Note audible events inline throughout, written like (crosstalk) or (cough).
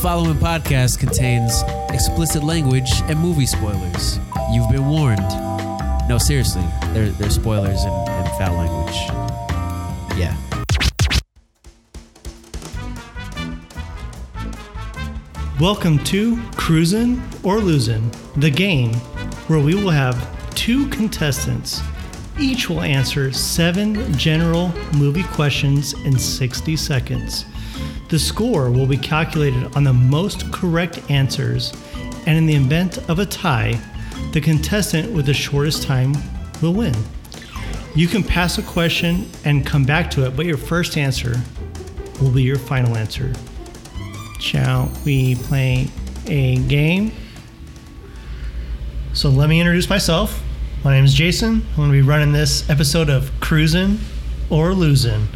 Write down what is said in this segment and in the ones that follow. following podcast contains explicit language and movie spoilers. You've been warned. No, seriously, there, there's spoilers and, and foul language. Yeah. Welcome to Cruisin' or Losin', the game where we will have two contestants. Each will answer seven general movie questions in 60 seconds. The score will be calculated on the most correct answers, and in the event of a tie, the contestant with the shortest time will win. You can pass a question and come back to it, but your first answer will be your final answer. Shall we play a game? So let me introduce myself. My name is Jason. I'm going to be running this episode of Cruisin' or Losin'.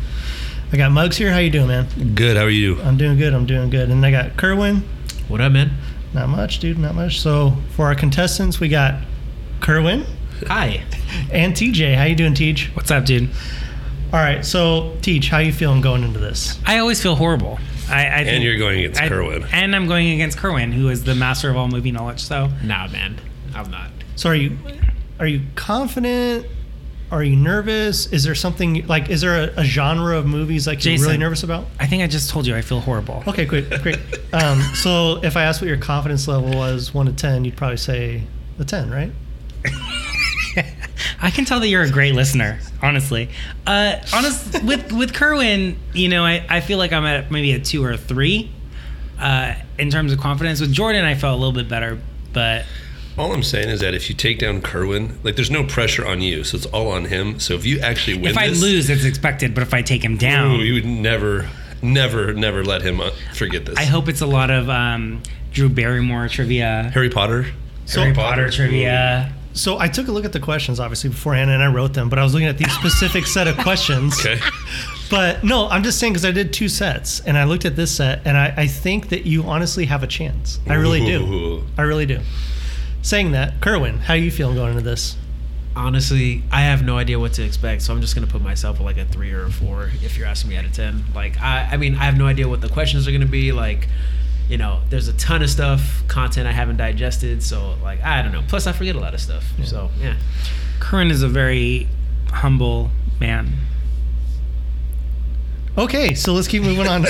I got Mugs here. How you doing, man? Good. How are you? I'm doing good. I'm doing good. And I got Kerwin. What up, man? Not much, dude. Not much. So for our contestants, we got Kerwin Hi. and TJ. How you doing, Teach? What's up, dude? All right. So Teach, how you feeling going into this? I always feel horrible. I, I think- you're going against Kerwin. and I'm going against Kerwin, who is the master of all movie knowledge. So Nah, man, I'm not. So are you are you confident? Are you nervous? Is there something like is there a, a genre of movies like you're really Jason. nervous about? I think I just told you I feel horrible. Okay, great, great. um, so if I asked what your confidence level was, one to ten, you'd probably say a ten, right? I can tell that you're a great listener, honestly. Uh, (laughs) honest with with Kerwin, you know, I, I feel like I'm at maybe a two or a three uh, in terms of confidence. With Jordan, I felt a little bit better, but All I'm saying is that if you take down Kerwin, like there's no pressure on you, so it's all on him. So if you actually win, if I this, lose, it's expected. But if I take him down, ooh, you would never, never, never let him uh, forget this. I hope it's a lot of um, Drew Barrymore trivia, Harry Potter. Harry Potter, trivia. So I took a look at the questions obviously beforehand and I wrote them, but I was looking at these specific set of questions. Ooh, Okay. But no, I'm just saying because I did two sets and I looked at this set and I, I think that you honestly have a chance. I really do. Ooh. I really do. Saying that, Kerwin, how you feeling going into this? Honestly, I have no idea what to expect, so I'm just gonna put myself at like a three or a four. If you're asking me out of ten, like I, I mean, I have no idea what the questions are gonna be. Like, you know, there's a ton of stuff, content I haven't digested, so like I don't know. Plus, I forget a lot of stuff. So yeah, Curran is a very humble man. Okay, so let's keep moving on.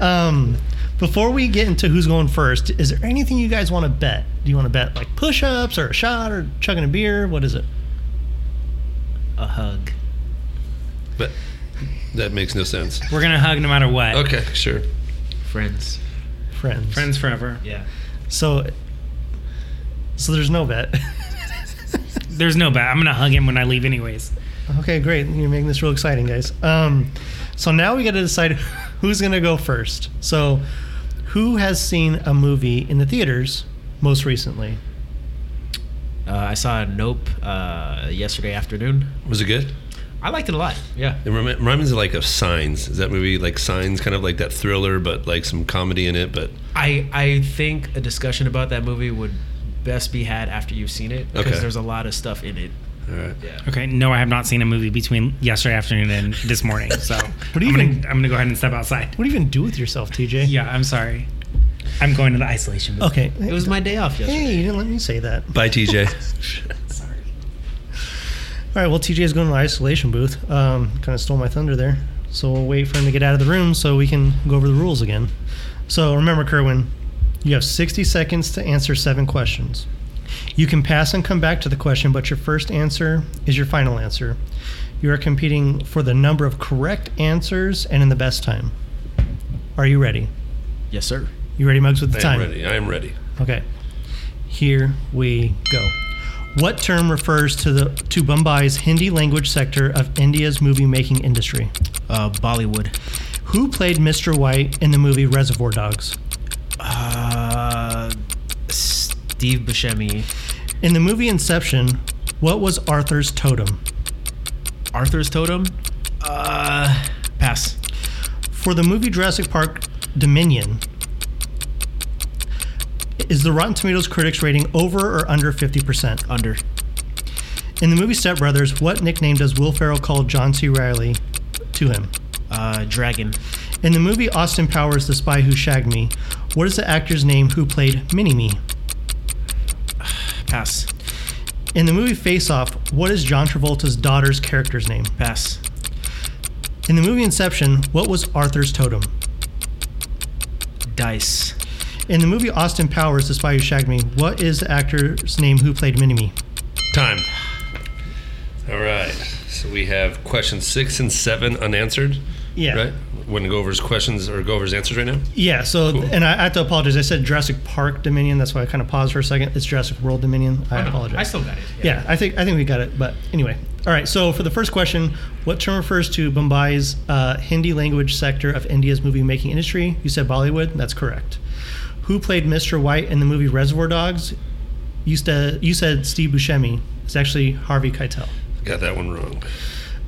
um, before we get into who's going first, is there anything you guys want to bet? Do you want to bet like push ups or a shot or chugging a beer? What is it? a hug. But that makes no sense. We're gonna hug no matter what. Okay, sure. Friends. Friends. Friends forever. Yeah. So, so there's no bet. (laughs) There's no bad. I'm gonna hug him when I leave, anyways. okay, great. You're making this real exciting, guys. Um, so now we got to decide (laughs) who's going to go first. So, who has seen a movie in the theaters most recently? Uh, I saw Nope uh, yesterday afternoon. Was it good? I liked it a lot. Yeah. It remi- reminds me like of Signs. Is that movie like Signs, kind of like that thriller, but like some comedy in it? But I I think a discussion about that movie would best be had after you've seen it because Okay. there's a lot of stuff in it. all right. Yeah. Okay. No, I have not seen a movie between yesterday afternoon and (laughs) this morning. So What do you I'm, gonna, even- I'm gonna go ahead and step outside. What do you even do with yourself, TJ? Yeah, I'm sorry. I'm going to the isolation. booth. Okay. It was my day off yesterday. Hey, you didn't let me say that. Bye, (laughs) TJ. All right, well, TJ's going to the isolation booth. Um, kind of stole my thunder there. So we'll wait for him to get out of the room so we can go over the rules again. So remember, Kerwin, you have 60 seconds to answer seven questions. You can pass and come back to the question, but your first answer is your final answer. You are competing for the number of correct answers and in the best time. Are you ready? Yes, sir. You ready, Mugs, with the I am time? ready. I am ready. Okay. Here we go. What term refers to the to Mumbai's Hindi language sector of India's movie making industry? Uh, Bollywood. Who played Mr. White in the movie Reservoir Dogs? Uh, Steve Buscemi. In the movie Inception, what was Arthur's totem? Arthur's Totem. Uh, pass. For the movie Jurassic Park Dominion, is the Rotten Tomatoes critics rating over or under 50%? Under. In the movie Step Brothers, what nickname does Will Ferrell call John C. Riley to him? Uh, Dragon. In In the movie Austin Powers: The Spy Who Shagged Me, what is the actor's name who played Mini Me? Pass. In the movie Face Off, what is John Travolta's daughter's character's name? Pass. In the movie Inception, what was Arthur's totem? Dice. In the movie Austin Powers: The Spy Who Shagged Me, what is the actor's name who played Mini Me? Time. All right. So we have questions six and seven unanswered. Yeah. Right? Wouldn't go over his questions or go over his answers right now? Yeah, so, and I, I have to apologize. I said Jurassic Park Dominion. That's why I kind of paused for a second. It's Jurassic World Dominion. I apologize. I still got it. yeah, I think I think we got it. But anyway, all right. So for the first question, what term refers to Mumbai's uh, Hindi language sector of India's movie making industry? You said Bollywood. That's correct. Who played Mr. White in the movie Reservoir Dogs? You said you said Steve Buscemi. It's actually Harvey Keitel. Got that one wrong.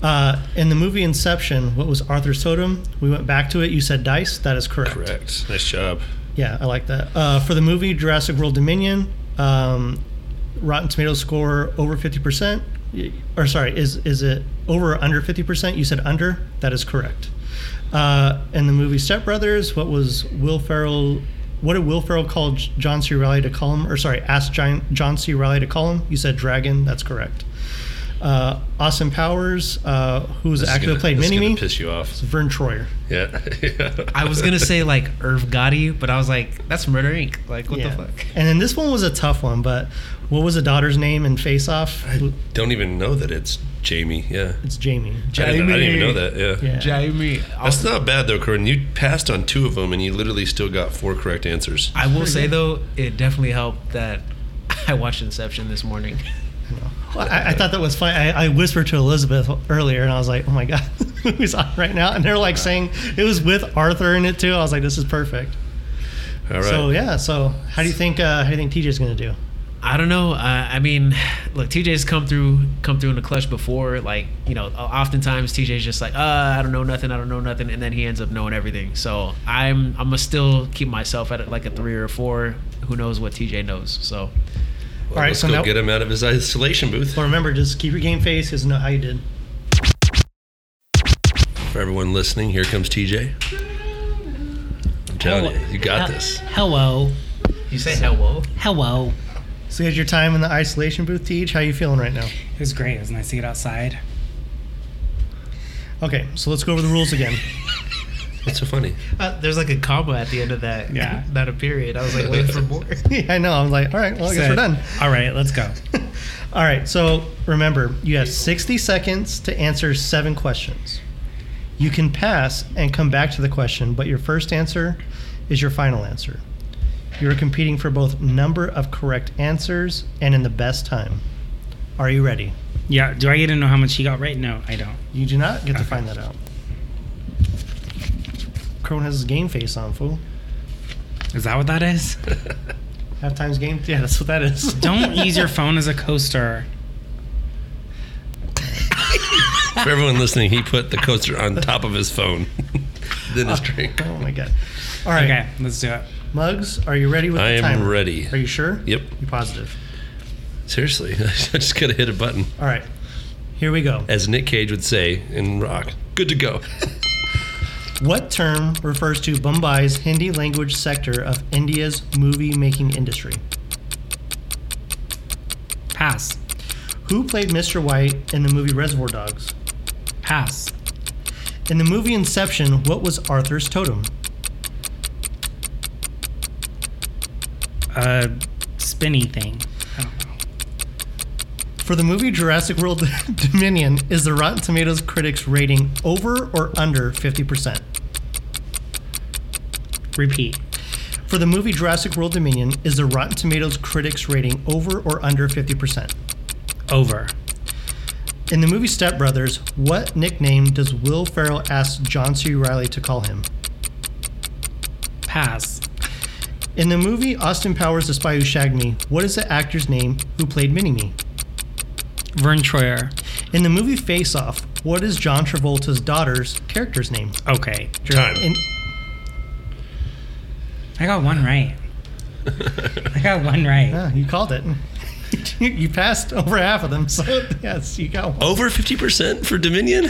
Uh, in the movie Inception, what was Arthur Sodom? We went back to it. You said Dice. That is Correct. Nice job. Yeah, I like that. Uh, for the movie Jurassic World Dominion, um, Rotten Tomatoes score over 50%. Y- Or sorry, is is it over or under 50%? You said under. That is correct. Uh, in the movie Step Brothers, what was Will Ferrell? What did Will Ferrell call J- John C. Riley to call him? Or sorry, asked John, John C. Riley to call him? You said dragon. That's correct. Uh, Austin Powers, uh, who's This is actually gonna- played this is Mini gonna Me, Piss you off. Vern Troyer. Yeah. (laughs) I was gonna (laughs) say like Irv Gotti, but I was like, that's Murder Inc. Like, what Yeah. the fuck? And then this one was a tough one, but what was the daughter's name in Face Off? Don't even know that it's Jamie. Yeah. It's Jamie. I didn't, I didn't even know that. Yeah. Yeah. Jamie. That's not bad though, Corinne. You passed on two of them, and you literally still got four correct answers. I will say though, it definitely helped that (laughs) I watched Inception this morning. Well, I, I thought that was funny. I, I whispered to Elizabeth earlier, and I was like, "Oh my god, (laughs) who's on right now?" And they're like saying it was with Arthur in it too. I was like, "This is perfect." All right. So yeah. So how do you think? Uh, how do you think TJ's gonna do? I don't know. Uh, I mean, (sighs) look, TJ's come through, come through in the clutch before. Like, you know, oftentimes TJ's just like, uh, I don't know nothing, I don't know nothing, and then he ends up knowing everything. So I'm, I'm gonna still keep myself at like a three or a four. Who knows what TJ knows? So Well, all right, Let's so go now- get him out of his isolation booth. Well, remember, just keep your game face. Cause you know how you did. For everyone listening, here comes TJ. I'm telling Oh, you, you got this. Hello. you say hello. Hello. So you had your time in the isolation booth, Tej. How you feeling right now? It was great. It was nice to get outside. Okay, so let's go over the rules again. (laughs) That's so funny. Uh, there's like a comma at the end of (laughs) that. Yeah. not a period. I was like waiting for more. yeah, I know. I'm like, all right, well, I guess we're done. All right, let's go. (laughs) All right, so remember, you have 60 seconds to answer seven questions. You can pass and come back to the question, but your first answer is your final answer. You're competing for both number of correct answers and in the best time. Are you ready? Yeah. Do I get to know how much he got right? No, I don't. You do not get to find that out. Crone has his game face on, fool. Is that what that is? Half times game? Yeah, that's what that (laughs) is. Don't use your phone as a coaster. For everyone listening, he put the coaster on top of his phone. (laughs) then his drink. (laughs) Uh, Oh my god. All right. Okay, let's do it. Mugs, are you ready with I the am timer? ready. Are you sure? Yep. You positive? Seriously, (laughs) I just gotta hit a button. All right. Here we go. As Nick Cage would say in rock, good to go. What term refers to Mumbai's Hindi language sector of India's movie making industry? Pass. Who played Mr. White in the movie Reservoir Dogs? Pass. In the movie Inception, what was Arthur's totem? Uh, spinny thing. I don't know. For the movie Jurassic World (laughs) Dominion, is the Rotten Tomatoes critics rating over or under 50%? Repeat. For the movie Jurassic World Dominion, is the Rotten Tomatoes critics rating over or under 50%? Over. In the movie Step Brothers, what nickname does Will Ferrell ask John C. Riley to call him? Pass. In the movie Austin Powers: The Spy Who Shagged Me, what is the actor's name who played Mini Me? Vern Troyer. In the movie Face Off, what is John Travolta's daughter's character's name? Okay. Time. In, I got one right. I got one right. ah, you called it. (laughs) you passed (laughs) over half of them, so yes, you got one. (laughs) Over 50% for Dominion?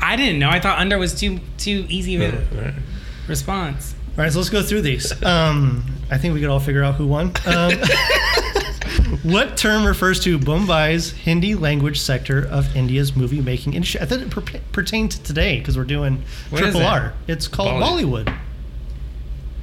I didn't know. I thought under was too too easy of All a right. response. All right, so let's go through these. Um, I think we could all figure out who won. Um, (laughs) what term refers to Bombay's Hindi language sector of India's movie making industry? I thought it per- pertained to today because we're doing What is Triple it? R. It's called Bolly- Bollywood.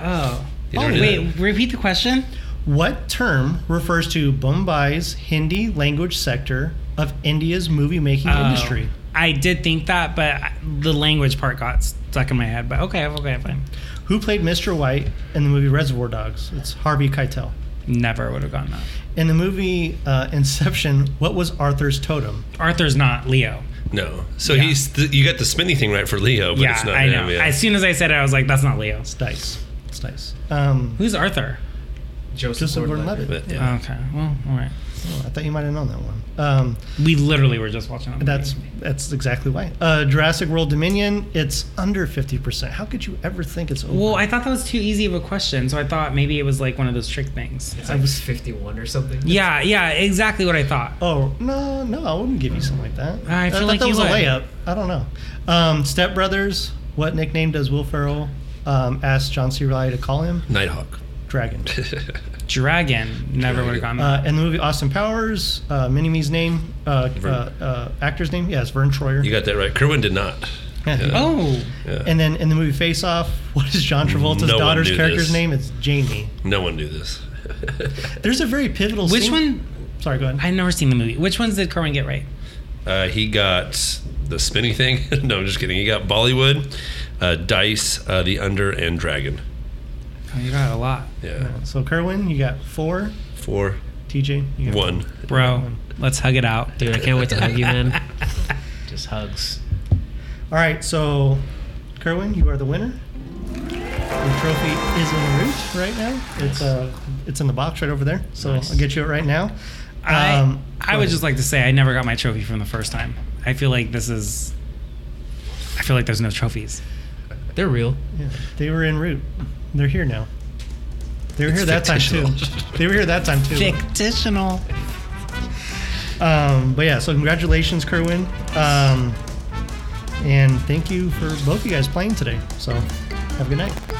Oh. You Oh never did wait, repeat the question. What term refers to Bombay's Hindi language sector of India's movie making Oh. industry? I did think that, but I- the language part got stuck in my head. But okay, okay, fine. Who played Mr. White in the movie Reservoir Dogs? It's Harvey Keitel. Never would have gotten that. In the movie uh, Inception, what was Arthur's totem? Arthur's not Leo. No. So he's th- you got the spinny thing right for Leo, but yeah, it's not I know. him. Yeah. As soon as I said it, I was like, "That's not Leo." It's dice. It's dice. Um, Who's Arthur? Oh, Joseph Joseph Gordon Levitt. But, yeah. Okay. Well, all right. Oh, I thought you might have known that one. Um, We literally were just watching. That that's movie. that's exactly why. Uh, Jurassic World Dominion. It's under fifty percent. How could you ever think it's over? Well, I thought that was too easy of a question, so I thought maybe it was like one of those trick things. It's like 51 or something. Yeah, yeah, exactly what I thought. oh no, no, I wouldn't give you something like that. I feel thought like that you was a would. layup. I don't know. Um, Step Brothers. What nickname does Will Ferrell um, ask John C. Reilly to call him? Nighthawk. (laughs) Dragon. Dragon never would have gotten that. Uh, in the movie Austin Powers, uh, Minime's name, uh, uh, Vern. uh, actor's name, yes, Vern Troyer. You got that right. Kerwin did not. Yeah. oh, Yeah. And then in the movie Face Off, (laughs) what is John Travolta's No one daughter's knew character's this. name? It's Jamie. no one knew this. (laughs) There's a very pivotal which scene- one? Sorry, go ahead. I've never seen the movie. Which ones did Kerwin get right? Uh, he got the spinny thing. (laughs) no, I'm just kidding. He got Bollywood, uh, Dice, uh, The Under, and Dragon. Oh, you got a lot, Yeah. Uh, So, Kerwin, you got four. Four, TJ, you got one. bro. Let's hug it out. Dude, I can't wait to hug you, man. (laughs) Just hugs. All right, so, Kerwin, you are the winner. The trophy is in the root right now. It's uh, it's in the box right over there. So I'll get you it right now. Um, I, I go would ahead. just like to say I never got my trophy from the first time. I feel like this is. I feel like there's no trophies. They're real. Yeah, they were en route. They're here now. They were It's here that time too. fictional. They were here that time too. Fictitional. Um, but yeah, so congratulations, Kerwin. Um, and thank you for both of you guys playing today. So have a good night.